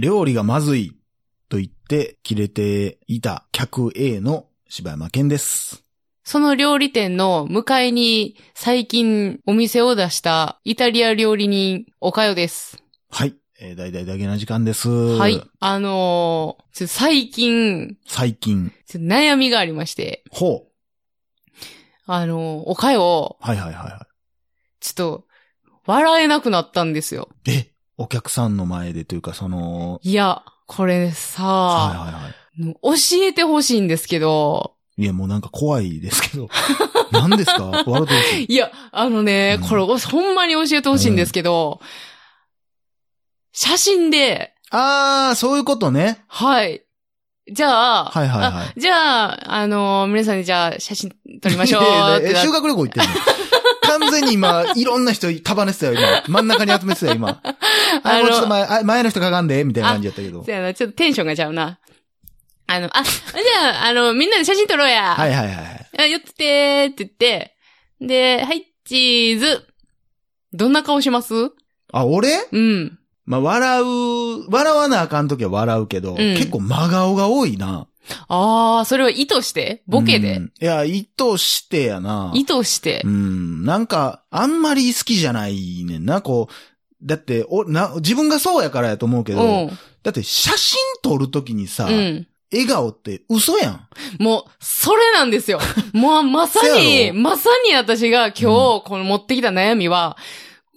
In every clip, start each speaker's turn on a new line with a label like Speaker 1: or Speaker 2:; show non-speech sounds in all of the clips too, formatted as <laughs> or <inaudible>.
Speaker 1: 料理がまずいと言って切れていた客 A の柴山健です。
Speaker 2: その料理店の向かいに最近お店を出したイタリア料理人、おかよです。
Speaker 1: はい。えー、大々だけな時間です。
Speaker 2: はい。あのーちょ最近、
Speaker 1: 最近。
Speaker 2: ちょ悩みがありまして、
Speaker 1: ほう。
Speaker 2: あのーおかよ、
Speaker 1: はいはいはいは
Speaker 2: ちょっと、笑えなくなったんですよ。
Speaker 1: い。え、お客さんの前でというか、その、
Speaker 2: いや、これ
Speaker 1: はい
Speaker 2: さ、
Speaker 1: はいは
Speaker 2: 教えてほしいんですけど、
Speaker 1: い。いや、もうなんか怖いですけど。何ですか笑ってほしい。
Speaker 2: <laughs> いや、あのね、
Speaker 1: うん
Speaker 2: これ、おほんまに教えてほしいんですけど、写真で、
Speaker 1: あー、そういうことね。
Speaker 2: はい。じゃあ、
Speaker 1: はいはいはい
Speaker 2: あじゃあ、あのー皆さんにじゃあ、写真撮りましょう
Speaker 1: いやい
Speaker 2: っ
Speaker 1: や
Speaker 2: て
Speaker 1: <laughs> え
Speaker 2: な
Speaker 1: 修学旅行行ってんの
Speaker 2: <laughs>
Speaker 1: 完全に今、いろんな人束ねてたよ、今。真ん中に集めてた
Speaker 2: <laughs>
Speaker 1: よ、今。あ、
Speaker 2: あ
Speaker 1: もうちょっと
Speaker 2: の、
Speaker 1: 前、あ前の人かがんで、みたいな感じやったけど
Speaker 2: そ。やな、ちょっとテンションがちゃ
Speaker 1: <laughs>
Speaker 2: うな。あの、あ、じゃあ、あの、みんなで写真撮ろうや。
Speaker 1: はいはいはいはい。
Speaker 2: あ、寄っててーって言って、で、はい、チーズ。どんな顔します
Speaker 1: あ、俺
Speaker 2: うん。
Speaker 1: まあ、笑う、笑わなあかんときは笑うけど、
Speaker 2: ん
Speaker 1: 結構真顔が多いな。
Speaker 2: あー、それは意図してボケで、
Speaker 1: うんいや、意図してやな。
Speaker 2: 意図して
Speaker 1: う。ん。なんか、あんまり好きじゃないねんな、こう。だって、お、な、自分がそうやからやと思うけ
Speaker 2: う
Speaker 1: ど、
Speaker 2: ん。
Speaker 1: だって写真撮るときにさ、
Speaker 2: うん。
Speaker 1: 笑顔って嘘やん。
Speaker 2: もう、それなんですよ。
Speaker 1: <laughs>
Speaker 2: もう、まさ
Speaker 1: せ
Speaker 2: に、
Speaker 1: やろ
Speaker 2: まさに私が今日、この持ってきた悩みは、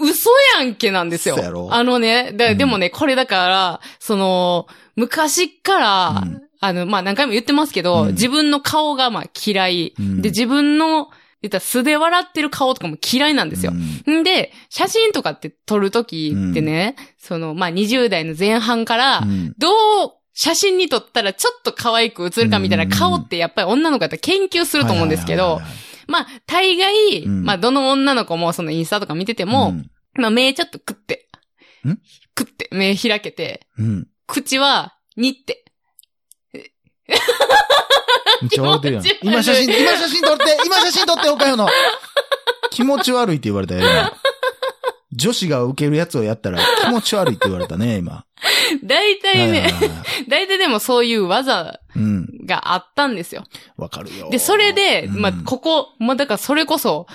Speaker 2: 嘘やんけなんですよ
Speaker 1: せやろ。
Speaker 2: あのね、だ
Speaker 1: うん
Speaker 2: でもね、これだから、その、昔から、
Speaker 1: うん
Speaker 2: あの、まあ、何回も言ってますけど、
Speaker 1: うん
Speaker 2: 自分の顔が、まあ、嫌い。
Speaker 1: うん
Speaker 2: で、自分の、言ったら素で笑ってる顔とかも嫌いなんですよ
Speaker 1: う。ん
Speaker 2: んで、写真とかって撮るときってね、その、まあ、20代の前半から
Speaker 1: う、ん
Speaker 2: どう写真に撮ったらちょっと可愛く映るかみたいな顔ってやっぱり女の子だったら研究すると思うんです
Speaker 1: は
Speaker 2: け
Speaker 1: い
Speaker 2: ど
Speaker 1: はい、はい
Speaker 2: まあ大概、
Speaker 1: うん
Speaker 2: まあどの女の子もそのインスタとか見てて
Speaker 1: はい
Speaker 2: も、まあ目ちょっとくって、
Speaker 1: ん
Speaker 2: くって目開けて、
Speaker 1: うん、うん。
Speaker 2: 口はにって、
Speaker 1: めっちゃ笑ってるやん
Speaker 2: 気持ち悪。い
Speaker 1: 今写真、今写真撮って、今写真撮って、岡
Speaker 2: <laughs>
Speaker 1: 山の。気持ち悪いって言われたよ、今女子が受けるやつをやったら気持ち悪いって言われたね、今。
Speaker 2: 大体
Speaker 1: はい
Speaker 2: ね、
Speaker 1: はいはい
Speaker 2: <laughs> 大体でもそういう技
Speaker 1: うん。
Speaker 2: があったんですよ。
Speaker 1: わかるよ。
Speaker 2: で、それで、
Speaker 1: うん
Speaker 2: まあここ、まあだからそれこそ、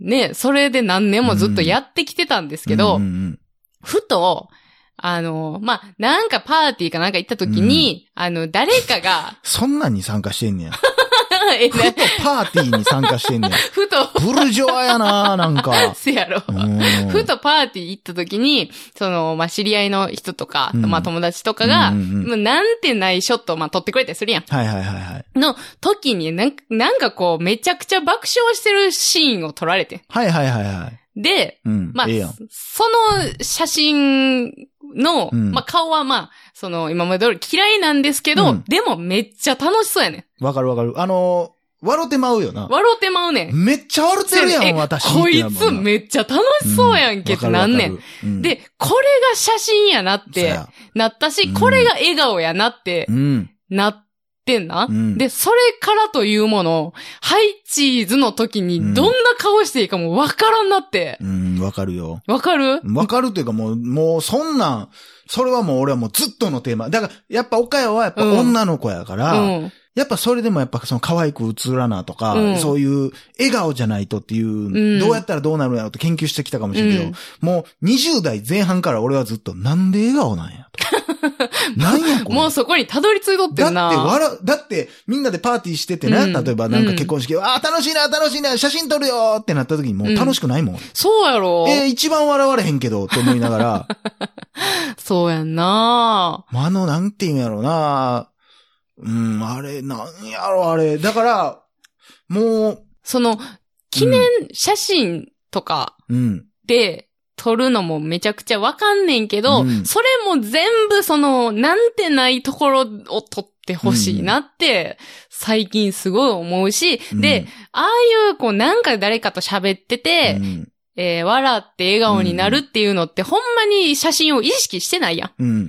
Speaker 2: ね、それで何年もずっとやってきてたんですけど、
Speaker 1: うんうん、
Speaker 2: ふと、あの、まあ、なんかパーティーかなんか行った時に、あの、誰かが <laughs>
Speaker 1: そんなんに参加してんねや。 <laughs>
Speaker 2: え
Speaker 1: ふとパーティーに参加してん
Speaker 2: <laughs>
Speaker 1: ねや。
Speaker 2: ふと、
Speaker 1: ブルジョアやな、なん
Speaker 2: <laughs>
Speaker 1: か。
Speaker 2: せやろ。
Speaker 1: うん
Speaker 2: ふとパーティー行った時に、その、まあ、知り合いの人とか、
Speaker 1: うん
Speaker 2: まあ、友達とかが、
Speaker 1: うんうんうん
Speaker 2: まあなんてないショットを、まあ、撮ってくれたりするやん。
Speaker 1: はいはいはいはい。
Speaker 2: の時に、なんか、なんかこう、めちゃくちゃ爆笑してるシーンを撮られて。
Speaker 1: はいはいはいはい。
Speaker 2: で、
Speaker 1: うん。
Speaker 2: まあ、
Speaker 1: ええやん。
Speaker 2: その写真の、
Speaker 1: うん
Speaker 2: まあ、顔はまあ、その、今まで通り嫌いなんですけど、
Speaker 1: うん
Speaker 2: でもめっちゃ楽しそうやねん。
Speaker 1: わかるわかる。あのー、笑ってまうよな。
Speaker 2: 笑うてまうねん。
Speaker 1: めっちゃ笑ってるや
Speaker 2: え
Speaker 1: ん、私。
Speaker 2: こい
Speaker 1: ってな
Speaker 2: つ
Speaker 1: るもんな
Speaker 2: めっちゃ楽しそうやんけってなんね。
Speaker 1: うわかるわ
Speaker 2: ん。
Speaker 1: かるうん、
Speaker 2: で、これが写真やなっ
Speaker 1: そう
Speaker 2: て
Speaker 1: や
Speaker 2: なったし
Speaker 1: うん、
Speaker 2: これが笑顔やなって
Speaker 1: うん。
Speaker 2: なってんな
Speaker 1: う。ん、
Speaker 2: で、それからというもの、ハイチーズの時にどんな顔していいかもわからんなって
Speaker 1: う。ん、わかるよ。
Speaker 2: わかる
Speaker 1: わかるというかもう、もうそんなん、それはもう俺はもうずっとのテーマ。だから、やっぱ岡山はやっぱ
Speaker 2: うん
Speaker 1: 女の子やか
Speaker 2: う
Speaker 1: ら、
Speaker 2: ん。
Speaker 1: やっぱそれでもやっぱその可愛く映らなとか、
Speaker 2: うん
Speaker 1: そういう笑顔じゃないとっていう、
Speaker 2: ん
Speaker 1: どうやったらどうなるんやろうって研究してきたかもしれんけど、もう20代前半から俺はずっとなんで笑顔なんや
Speaker 2: <laughs>
Speaker 1: と。なんやこれ。
Speaker 2: もうそこにたどり着いとって
Speaker 1: だ
Speaker 2: る
Speaker 1: って
Speaker 2: な。
Speaker 1: 笑う、だってみんなでパーティーしててね、
Speaker 2: うん
Speaker 1: 例えばなんか結婚式、ああ、楽しいな、楽しいな、写真撮るよってなった時にもう楽しくないもん。
Speaker 2: そうやろ。
Speaker 1: えー一番笑われへんけど、と思いなが
Speaker 2: <laughs>
Speaker 1: ら、
Speaker 2: そうやんな。
Speaker 1: まああの、なんて言うんやろうな。うん、あれ、なんやろ、あれ。だから、もう、
Speaker 2: その、記念写真とか、
Speaker 1: うん。
Speaker 2: で撮るのもめちゃくちゃわかんねんけど、
Speaker 1: うん
Speaker 2: それも全部その、なんてないところを撮ってほしいなって、最近すごい思うし、
Speaker 1: うん
Speaker 2: で、ああいう、こう、なんか誰かと喋ってて
Speaker 1: う、ん。
Speaker 2: えー笑って笑顔になるっていうのって、ほんまに写真を意識してないや
Speaker 1: うん。
Speaker 2: ん。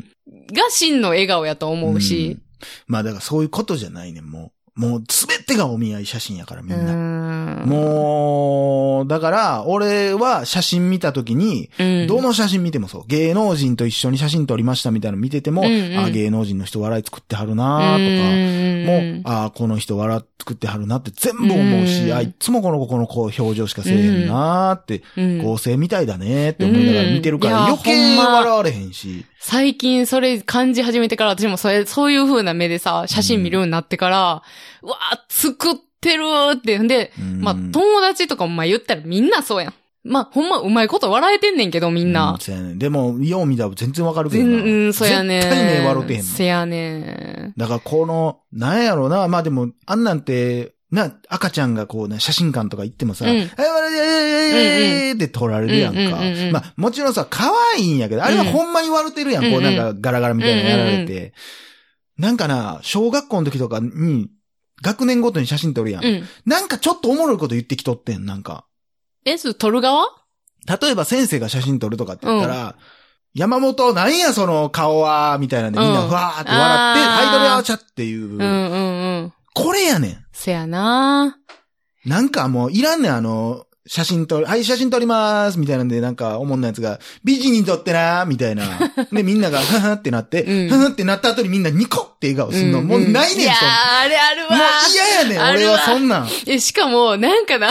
Speaker 2: が真の笑顔やと思うし、
Speaker 1: んまあだからそういうことじゃないねん、もう。もうすべてがお見合い写真やからみ
Speaker 2: うん
Speaker 1: な。
Speaker 2: ん。
Speaker 1: もう、だから、俺は写真見たときに、
Speaker 2: うん、
Speaker 1: どの写真見てもそう。芸能人と一緒に写真撮りましたみたいなの見てても、
Speaker 2: うんうん
Speaker 1: あ芸能人の人笑い作ってはるなーとか、もう、
Speaker 2: か、
Speaker 1: あこの人笑い作ってはるなって全部思うし、
Speaker 2: うん
Speaker 1: あいつもこの子この子表情しかせえへんなーって、
Speaker 2: うん
Speaker 1: 合成みたいだねーって思いながら見てるか
Speaker 2: うん
Speaker 1: ら、
Speaker 2: いや
Speaker 1: 余計
Speaker 2: ほんま
Speaker 1: 笑われへんし。
Speaker 2: 最近それ感じ始めてから、私もそれ、そういう風な目でさ、写真見るようになってから、うわー作ってるーって。んで、
Speaker 1: うん
Speaker 2: まあ、友達とかもまあ言ったらみんなそうやん。まあ、ほんまうまいこと笑えてんねんけど、みん
Speaker 1: う
Speaker 2: な。
Speaker 1: そうやねでも、よう見たら全然わかるけ
Speaker 2: 全
Speaker 1: どな。
Speaker 2: うん、そうやねん。
Speaker 1: 絶対目笑ってへんもん
Speaker 2: せやねん。
Speaker 1: だからこの、なんやろうな、まあでも、あんなんて、な、赤ちゃんがこうね、写真館とか行ってもさ、
Speaker 2: うん
Speaker 1: え、え、え、え、え、って撮られるやんか
Speaker 2: うんうんうんう。ん
Speaker 1: まあ、もちろんさ、可愛いんやけど、あれはほんまに笑ってるやん、
Speaker 2: うん
Speaker 1: こうなんかガラガラみたいなのやられて。なんかな、小学校の時とかに、学年ごとに写真撮るやん。
Speaker 2: うん。
Speaker 1: なんかちょっとおもろいこと言ってきとってん、なんか。
Speaker 2: え、それ撮る側
Speaker 1: 例えば先生が写真撮るとかって言ったら、山本、なんやその顔は、みたいなんでみんな
Speaker 2: うん
Speaker 1: ふわーって笑って、
Speaker 2: あー
Speaker 1: アイドルアーチャっていう
Speaker 2: う、んうんうん。
Speaker 1: これやねん。
Speaker 2: せやな
Speaker 1: なんかもういらんねん、あの、写真撮る、はい、写真撮ります、みたいなんで、なんか、おもんなやつが、美人に撮ってなー、み
Speaker 2: <laughs>
Speaker 1: たいな。で、みんなが、ははってなって、
Speaker 2: うん
Speaker 1: ははってなった後にみんなニコって笑顔するの、
Speaker 2: ん
Speaker 1: もうないねん、
Speaker 2: いやー、
Speaker 1: そんな
Speaker 2: あれあるわ
Speaker 1: もう嫌やねん、
Speaker 2: あ
Speaker 1: 俺
Speaker 2: るわ
Speaker 1: はそんなん。人
Speaker 2: え、しかも、なんかな、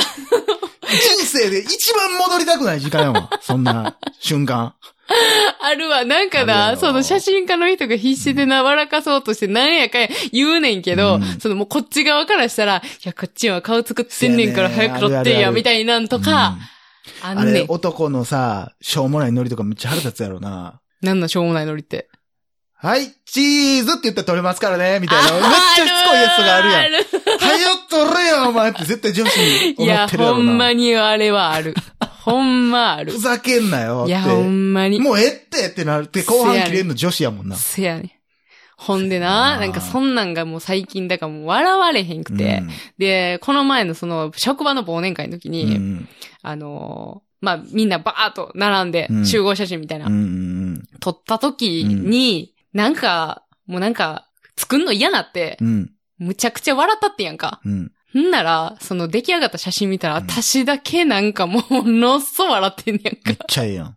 Speaker 1: 生で一番戻りたくない時間やわ、そんな瞬間。
Speaker 2: <laughs> あるわ、なんか
Speaker 1: あるや
Speaker 2: な、
Speaker 1: ろ
Speaker 2: その写真家の人が必死でな、笑かそうとしてなんやかんや言うねんけど、
Speaker 1: うん
Speaker 2: そのもうこっち側からしたら、いや、こっちは顔作ってんねんから
Speaker 1: せやね
Speaker 2: 早
Speaker 1: ん
Speaker 2: く撮っ
Speaker 1: あるある
Speaker 2: て
Speaker 1: あ
Speaker 2: や、
Speaker 1: る
Speaker 2: みたいなんとか、あ
Speaker 1: あ
Speaker 2: んね
Speaker 1: れ
Speaker 2: ん、。
Speaker 1: 男のさ、しょうもないノリとかめっちゃ腹立つやろな。
Speaker 2: なんなんしょうもないノリって。
Speaker 1: はい、チーズって言ったら取れますからね、みたいな。めっちゃしつこいやつがあるやん。
Speaker 2: ん。る
Speaker 1: はよ取れよ、お前って絶対女子に
Speaker 2: い
Speaker 1: 思
Speaker 2: や、
Speaker 1: ってるや
Speaker 2: ほ
Speaker 1: ろ
Speaker 2: ん
Speaker 1: な
Speaker 2: ま。にあれ
Speaker 1: <laughs>
Speaker 2: はある。ほんまある
Speaker 1: ふ。ざけんなよっ
Speaker 2: いや、ほ
Speaker 1: て。
Speaker 2: んまに。
Speaker 1: もうええってってなるって、後
Speaker 2: せ
Speaker 1: 半
Speaker 2: やね
Speaker 1: 切れんの女子やもんな。
Speaker 2: せやねん。ほんで
Speaker 1: あー
Speaker 2: な、なんかそんなんがもう最近だからもう笑われへんくて。で、この前のその職場の忘年会の時
Speaker 1: う
Speaker 2: に、
Speaker 1: ん。うん
Speaker 2: あのーまあ、みんなバーっと並んで
Speaker 1: うん
Speaker 2: 集合写真みたいな、
Speaker 1: うんうん
Speaker 2: 撮った時に、なんか、もうなんか、作んの嫌なって、
Speaker 1: うん。
Speaker 2: むちゃくちゃ笑ったってやんか。
Speaker 1: うん。
Speaker 2: んなら、その出来上がった写真見たら、
Speaker 1: うん
Speaker 2: 私だけなんかもう、のっそ笑ってんねやんか。
Speaker 1: めっちゃええやん。
Speaker 2: なん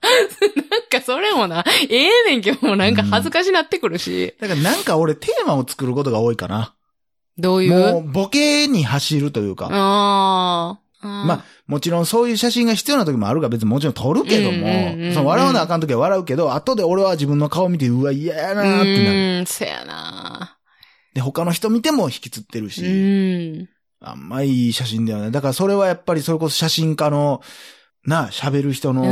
Speaker 2: かそれもな、ええねんけど、もうなんか恥ずかしなってくるし、
Speaker 1: だからなんか俺テーマを作ることが多いかな。
Speaker 2: どういう
Speaker 1: もうボケに走るというか。
Speaker 2: あーあー。
Speaker 1: まあ、もちろんそういう写真が必要な時もあるから別にもちろん撮るけども、
Speaker 2: うんうんうんうん
Speaker 1: その笑わなあかん時は笑うけど、後で俺は自分の顔見て、うわ、嫌やなーってなる。
Speaker 2: うーん、そやな
Speaker 1: で、他の人見ても引きつってる
Speaker 2: う
Speaker 1: し、
Speaker 2: ーん。
Speaker 1: あんまいい写真だよね。だからそれはやっぱりそれこそ写真家の、なあ、喋る人のセ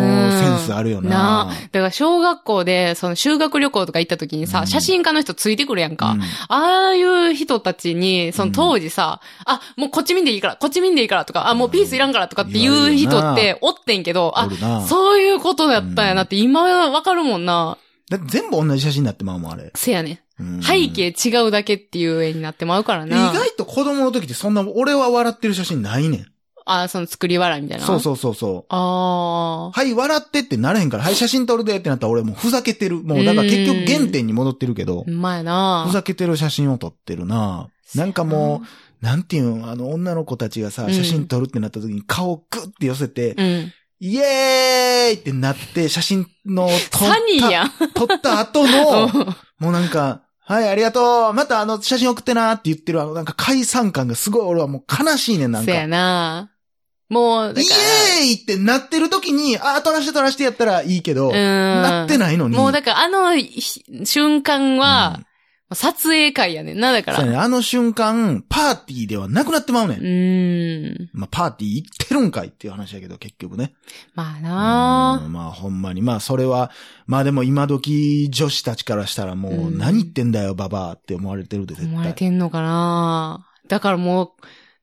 Speaker 1: ンスあるよな。
Speaker 2: だから小学校で、その修学旅行とか行った時に
Speaker 1: う
Speaker 2: さ、
Speaker 1: ん
Speaker 2: 写真家の人ついてくるやんか。
Speaker 1: うん
Speaker 2: ああいう人たちに、その当時さ、あ、もうこっち見んでいいから、こっち見んでいいからとか、あ、もうピースいらんからとかっていう人っておってんけど、
Speaker 1: お
Speaker 2: あ、
Speaker 1: るな。
Speaker 2: そういうことだったんやなって今はわかるもんな。
Speaker 1: だって全部同じ写真になってまうもん、あれ。
Speaker 2: せやね。
Speaker 1: うん
Speaker 2: 背景違うだけっていう絵になってまうから
Speaker 1: 意
Speaker 2: な。
Speaker 1: 外と子供の時ってそんな、俺は笑ってる写真ないね
Speaker 2: あ、その作り笑いみたい
Speaker 1: ん。
Speaker 2: な。
Speaker 1: そう
Speaker 2: う。
Speaker 1: そうそうそう。
Speaker 2: ああ。
Speaker 1: はい、笑ってってなれへんから、はい、写真撮るでってなったら俺もうふざけてる。もうだから結局原点に戻ってるけど
Speaker 2: う、まいな
Speaker 1: ふざけてる写真を撮ってるななんかもう、なんていうん、あの、女の子たちが
Speaker 2: う
Speaker 1: さ、
Speaker 2: ん
Speaker 1: 写真撮るってなった時に顔をグッて寄せて、
Speaker 2: うん。
Speaker 1: イエーイってなって、写真の撮
Speaker 2: サニー
Speaker 1: っ
Speaker 2: やん。
Speaker 1: た、撮った後の、
Speaker 2: <laughs> うん
Speaker 1: もうなんか、はい、ありがとうまたあの写真送ってなって言ってるあのなんか解散感がすごい俺はもう悲しいねんなん
Speaker 2: せ
Speaker 1: か。
Speaker 2: やなもう、だ
Speaker 1: イ
Speaker 2: から
Speaker 1: エーイってなってる時に、あー、撮らして撮らしてやったらいいけど、
Speaker 2: うん
Speaker 1: なってないのに。
Speaker 2: もうだからあのひ瞬間
Speaker 1: う
Speaker 2: は
Speaker 1: ん、
Speaker 2: 撮影会やねんな、だか
Speaker 1: そうや
Speaker 2: ら。
Speaker 1: ねあの瞬間、パーティーではなくなってまうね。
Speaker 2: うんーん。
Speaker 1: まあ、パーティー行ってるんかいっていう話やけど、結局ね。
Speaker 2: まあ
Speaker 1: う
Speaker 2: なん
Speaker 1: まあ、ほんまに。まあ、それは、まあでも今時女子たちからしたらもう、
Speaker 2: うん
Speaker 1: 何言ってんだよ、ババアって思われてるで、絶対。
Speaker 2: 思われてんのかなだからもう、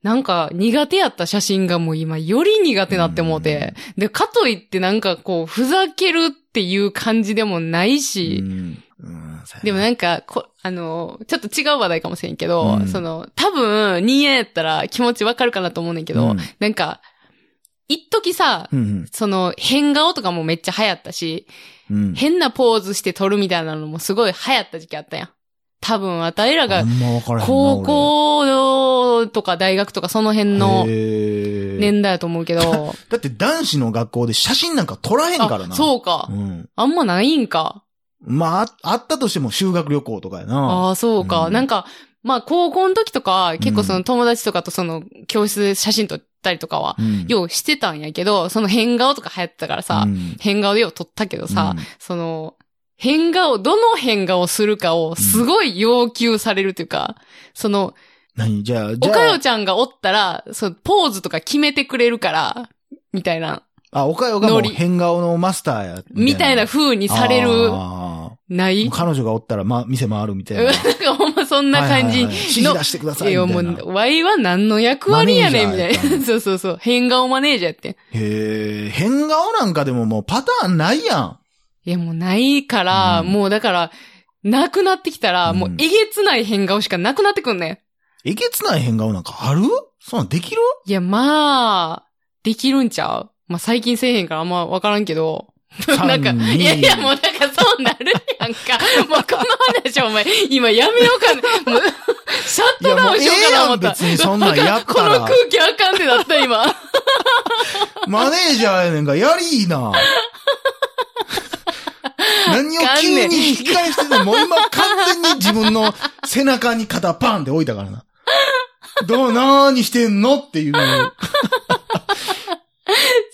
Speaker 2: なんか苦手やった写真がもう今より苦手なって思うて。で、かといってなんかこう、ふざけるっていう感じでもないし
Speaker 1: う。ん。うんそうやね
Speaker 2: でもなんか、こ、あの、ちょっと違う話題かもしれんけど、
Speaker 1: うん
Speaker 2: その、多分、2A やったら気持ちわかるかなと思うねんけど、
Speaker 1: うん
Speaker 2: なんか、一時さ、
Speaker 1: うん。
Speaker 2: その、変顔とかもめっちゃ流行ったし、
Speaker 1: うん。
Speaker 2: 変なポーズして撮るみたいなのもすごい流行った時期あったやん。多分、あたいら
Speaker 1: あ
Speaker 2: が、
Speaker 1: んま分からへんな。
Speaker 2: 高校とか大学とかその辺
Speaker 1: 俺へ
Speaker 2: の
Speaker 1: ー
Speaker 2: 年代やと思う
Speaker 1: <laughs>
Speaker 2: けど。
Speaker 1: だって男子の学校で写真なんか撮らへんからな。
Speaker 2: あそうか
Speaker 1: う。ん。
Speaker 2: あんまないんか。
Speaker 1: まああ、あったとしても修学旅行とかやな。
Speaker 2: ああ、そうか。
Speaker 1: うん
Speaker 2: なんか、まあ、高校の時とか、結構そうの友達とかとその、教室で写真撮ったりとかは、
Speaker 1: うん
Speaker 2: ようしてたんやけど、その変顔とか流行ってたからさ、
Speaker 1: うん
Speaker 2: 変顔でよう撮ったけどさ、
Speaker 1: うん
Speaker 2: その、変顔、どの変顔をするかをすごい要求されるというか、その、
Speaker 1: 何じゃあ、
Speaker 2: お
Speaker 1: じ
Speaker 2: か
Speaker 1: ゃ
Speaker 2: よちゃんがおったら、そう、ポーズとか決めてくれるから、みたいな、
Speaker 1: あ、あ、おかよがもう
Speaker 2: ノリ
Speaker 1: 変顔のマスターや。
Speaker 2: みたいな風にされる、
Speaker 1: あ
Speaker 2: ない
Speaker 1: ー彼女がおったら、ま、店回るみたいな。
Speaker 2: <laughs> なんかほんまそんな感
Speaker 1: はいは
Speaker 2: じ
Speaker 1: いはい指示出してくださ
Speaker 2: い
Speaker 1: い
Speaker 2: や、
Speaker 1: み
Speaker 2: も
Speaker 1: たいな。
Speaker 2: う、ワイは何の役割やねん、
Speaker 1: マ
Speaker 2: み
Speaker 1: ネー
Speaker 2: た
Speaker 1: ジャーやった
Speaker 2: い
Speaker 1: の
Speaker 2: な。 <laughs> そうそうそう。変顔マネージャーやってん。
Speaker 1: へえ、変顔なんかでももうパターンないやん。
Speaker 2: いや、もうないから、
Speaker 1: うん
Speaker 2: もうだから、なくなってきたら、
Speaker 1: うん
Speaker 2: もうえげつない変顔しかなくなってくんね
Speaker 1: えげつない変顔なんかあるそんなんできる
Speaker 2: ん。いや、まあ、できるんちゃうまあ最近せえへんからあんまわからんけど。 <laughs> なんか、
Speaker 1: 三人
Speaker 2: いやいや、もうなんかそうなるやんか。もうこの話お前、今やめようかな。もう、シャットダウンしようかな思
Speaker 1: いやもうええや
Speaker 2: った。
Speaker 1: ん別にそんなんやったら
Speaker 2: この空気あかんってなった今。
Speaker 1: マネージャーやねんから、やりいい
Speaker 2: <laughs>
Speaker 1: な。何を急に引き返しててもう今完全に自分の背中に肩パンって置いたからな。どう、なーにしてんのっていう、こ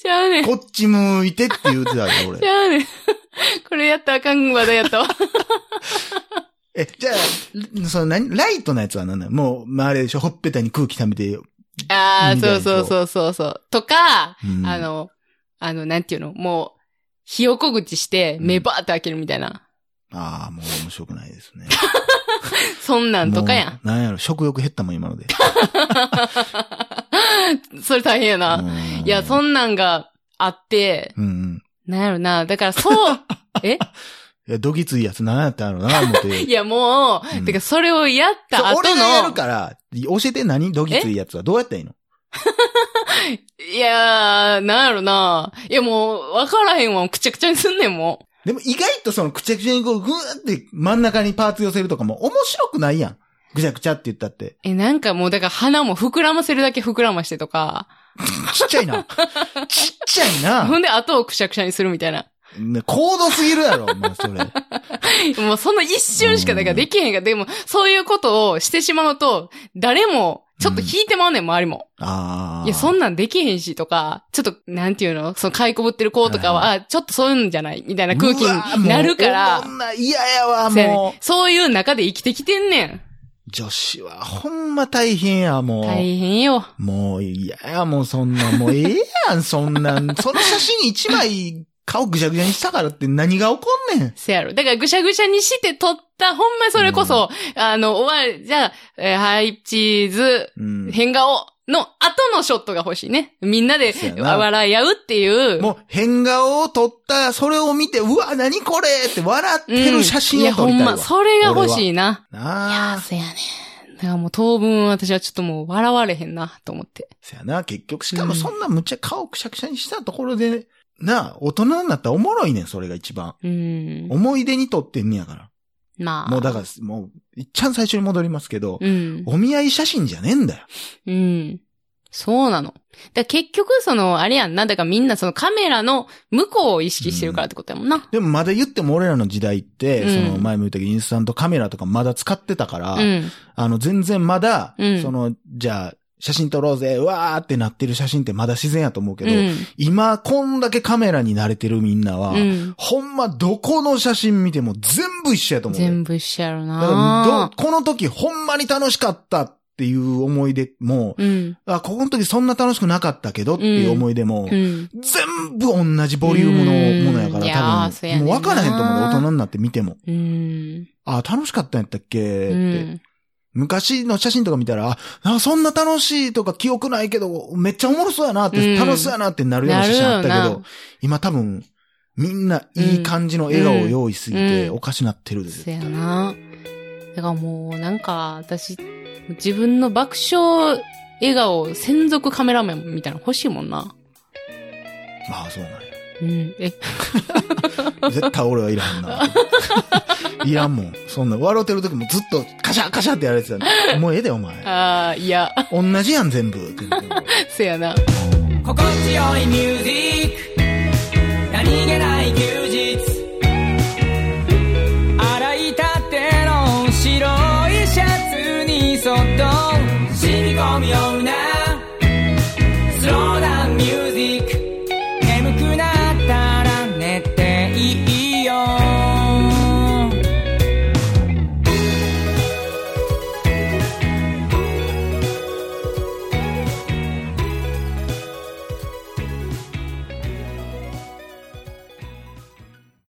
Speaker 2: ちゃうねん。
Speaker 1: っち向いてって言うてたよ、
Speaker 2: <laughs> ち
Speaker 1: 俺。
Speaker 2: ゃうねん。これやったらあかん話題やった
Speaker 1: <laughs>
Speaker 2: わ。
Speaker 1: え、じゃあ、その何、ライトなやつは何なのもう、まあ、あれでしょ、ほっぺたに空気溜めてよ。
Speaker 2: ああ、
Speaker 1: みたい
Speaker 2: そ
Speaker 1: な
Speaker 2: うそうそうそうそう。とか、
Speaker 1: うん
Speaker 2: あ、の、あの、なんていうのもう、ひよこ口して、目バーって開けるみたいな。
Speaker 1: ああ、もう面白くないですね。
Speaker 2: そんなんとかや
Speaker 1: もう。なんやろ、食欲減ったもん、今ので。
Speaker 2: ん。 <laughs> それ大変やな。 <laughs> いや、
Speaker 1: ん
Speaker 2: そんなんがあって、
Speaker 1: うんうん。
Speaker 2: なんやろな。だからそう、
Speaker 1: <laughs>
Speaker 2: え
Speaker 1: いや、どぎついやつ何やったんやろな、思って。
Speaker 2: いや、もう、
Speaker 1: うん
Speaker 2: てか、それをやっ
Speaker 1: そう
Speaker 2: た後
Speaker 1: 俺がやる
Speaker 2: の、
Speaker 1: から、教えて何ドギついやつはどうやったらいいの
Speaker 2: いやー、なんやろな。いや、もう、わからへんわ。くちゃくちゃにすんねん、もう。
Speaker 1: でも意外とそのくちゃくちゃにこう、ぐーって真ん中にパーツ寄せるとかも面白くないやん。ぐちゃぐちゃって言ったって。
Speaker 2: え、なんかもう、だから鼻も膨らませるだけ膨らましてとか、
Speaker 1: ちっちゃいな。ちっちゃい
Speaker 2: ほんで後をくしゃくしゃにするみたいな。
Speaker 1: な。ね、
Speaker 2: <laughs>
Speaker 1: 高度すぎるやろ、もうそれ。
Speaker 2: もうその一瞬しかだからできへんが、でも、そういうことをしてしまうと、誰も、ちょっと引いてまうねん、周りも。
Speaker 1: ああ。
Speaker 2: いや、そ
Speaker 1: なん
Speaker 2: なんできへんし、とか、ちょっと、なんていうのその、かいこぶってる子とか
Speaker 1: は
Speaker 2: は、あ、ちょっとそういうんじゃないみたいな空気になるから
Speaker 1: そ、んな嫌やわ、
Speaker 2: そうやねん
Speaker 1: も
Speaker 2: そういう中で生きてきてんねん。
Speaker 1: う。女子はほんま大変や、もう。
Speaker 2: 大変よ。
Speaker 1: もう嫌や、もうそんな、もうええやん、そんなん。その写真一枚顔ぐちゃぐちゃにしたからって何が起こんねん。
Speaker 2: せやろ。だからぐしゃぐしゃにして撮った、ほんまそれこそ、あの、おわ、じゃあ、えーはい、チーズ、
Speaker 1: うん。
Speaker 2: 変顔の後のショットが欲しいね。みんなで
Speaker 1: そうやな
Speaker 2: 笑い合うってい
Speaker 1: <laughs>
Speaker 2: う。
Speaker 1: もう変顔を撮った、それを見て、うわ、何これって笑ってる写真を撮り
Speaker 2: いや、
Speaker 1: たい
Speaker 2: ほ
Speaker 1: わ。
Speaker 2: んま、それが欲しいな。い
Speaker 1: な
Speaker 2: や、
Speaker 1: あ。
Speaker 2: そやね。だからもう当分私はちょっともう笑われへんな、と思って。
Speaker 1: そやな、結局、しかもそんなむっちゃ顔くしゃくしゃにしたところで、なあ、大人になったらおもろいねん、それが一番。
Speaker 2: うん。
Speaker 1: 思い出に撮ってんねやか
Speaker 2: ま
Speaker 1: ら。
Speaker 2: あ。
Speaker 1: もうだから、もう、いっちゃん最初に戻りますけど、
Speaker 2: うん。
Speaker 1: お見合い写真じゃねえんだよ。
Speaker 2: うん。そうなの。だから結局、その、あれやんな。だからみんなそのカメラの向こうを意識してるからってことやもんな。
Speaker 1: でもまだ言っても俺らの時代って、
Speaker 2: うん
Speaker 1: その前も言ったけど、インスタントカメラとかまだ使ってたから、
Speaker 2: うん。
Speaker 1: あの、全然まだ、
Speaker 2: うん
Speaker 1: その、じゃあ、写真撮ろうぜ、うわーってなってる写真ってまだ自然やと思うけ
Speaker 2: う
Speaker 1: ど、
Speaker 2: ん。
Speaker 1: 今、こんだけカメラに慣れてるみんなは、
Speaker 2: うん。
Speaker 1: ほんま、どこの写真見ても全部一緒やと思う。
Speaker 2: 全部一緒やろ
Speaker 1: だから
Speaker 2: な
Speaker 1: ど。この時、ほんまに楽しかったっていう思い出も、
Speaker 2: うん。
Speaker 1: あ、ここの時そんな楽しくなかったけどっていう思い出も、
Speaker 2: うん。
Speaker 1: 全部同じボリュームのものやか
Speaker 2: うんいやー
Speaker 1: ら、
Speaker 2: そ
Speaker 1: 多
Speaker 2: うやね
Speaker 1: 分、も
Speaker 2: んな
Speaker 1: う分からへんと思う。大人になって見ても。
Speaker 2: うん。
Speaker 1: あ、楽しかったんやったっけって。
Speaker 2: うん。
Speaker 1: 昔の写真とか見たら、あ、なんかそんな楽しいとか記憶ないけど、めっちゃおもろそうやなって、
Speaker 2: うん
Speaker 1: 楽しそうやなってなるような
Speaker 2: な
Speaker 1: 写
Speaker 2: る
Speaker 1: 真あ
Speaker 2: よ
Speaker 1: ったけど
Speaker 2: な、。
Speaker 1: 今多分、みんないい感じの笑顔を用意しすぎて、
Speaker 2: うん
Speaker 1: おかしなってるで。
Speaker 2: そやな。だからもう、なんか、私、自分の爆笑笑顔専属カメラマンみたいなの欲しいもんな。
Speaker 1: まあそうなんや。
Speaker 2: ううん。え、
Speaker 1: 絶対俺はいらんな。 <laughs> いらんもん。そんな、笑ってる時もずっとカシャカシャってやられてたの。もうええで、お前。
Speaker 2: <laughs> ああ、いや、
Speaker 1: 同じやん、全部。って言って
Speaker 2: せやな。
Speaker 3: 心地よいミュージック何気ない休日洗いたての白いシャツにそっと染み込むよう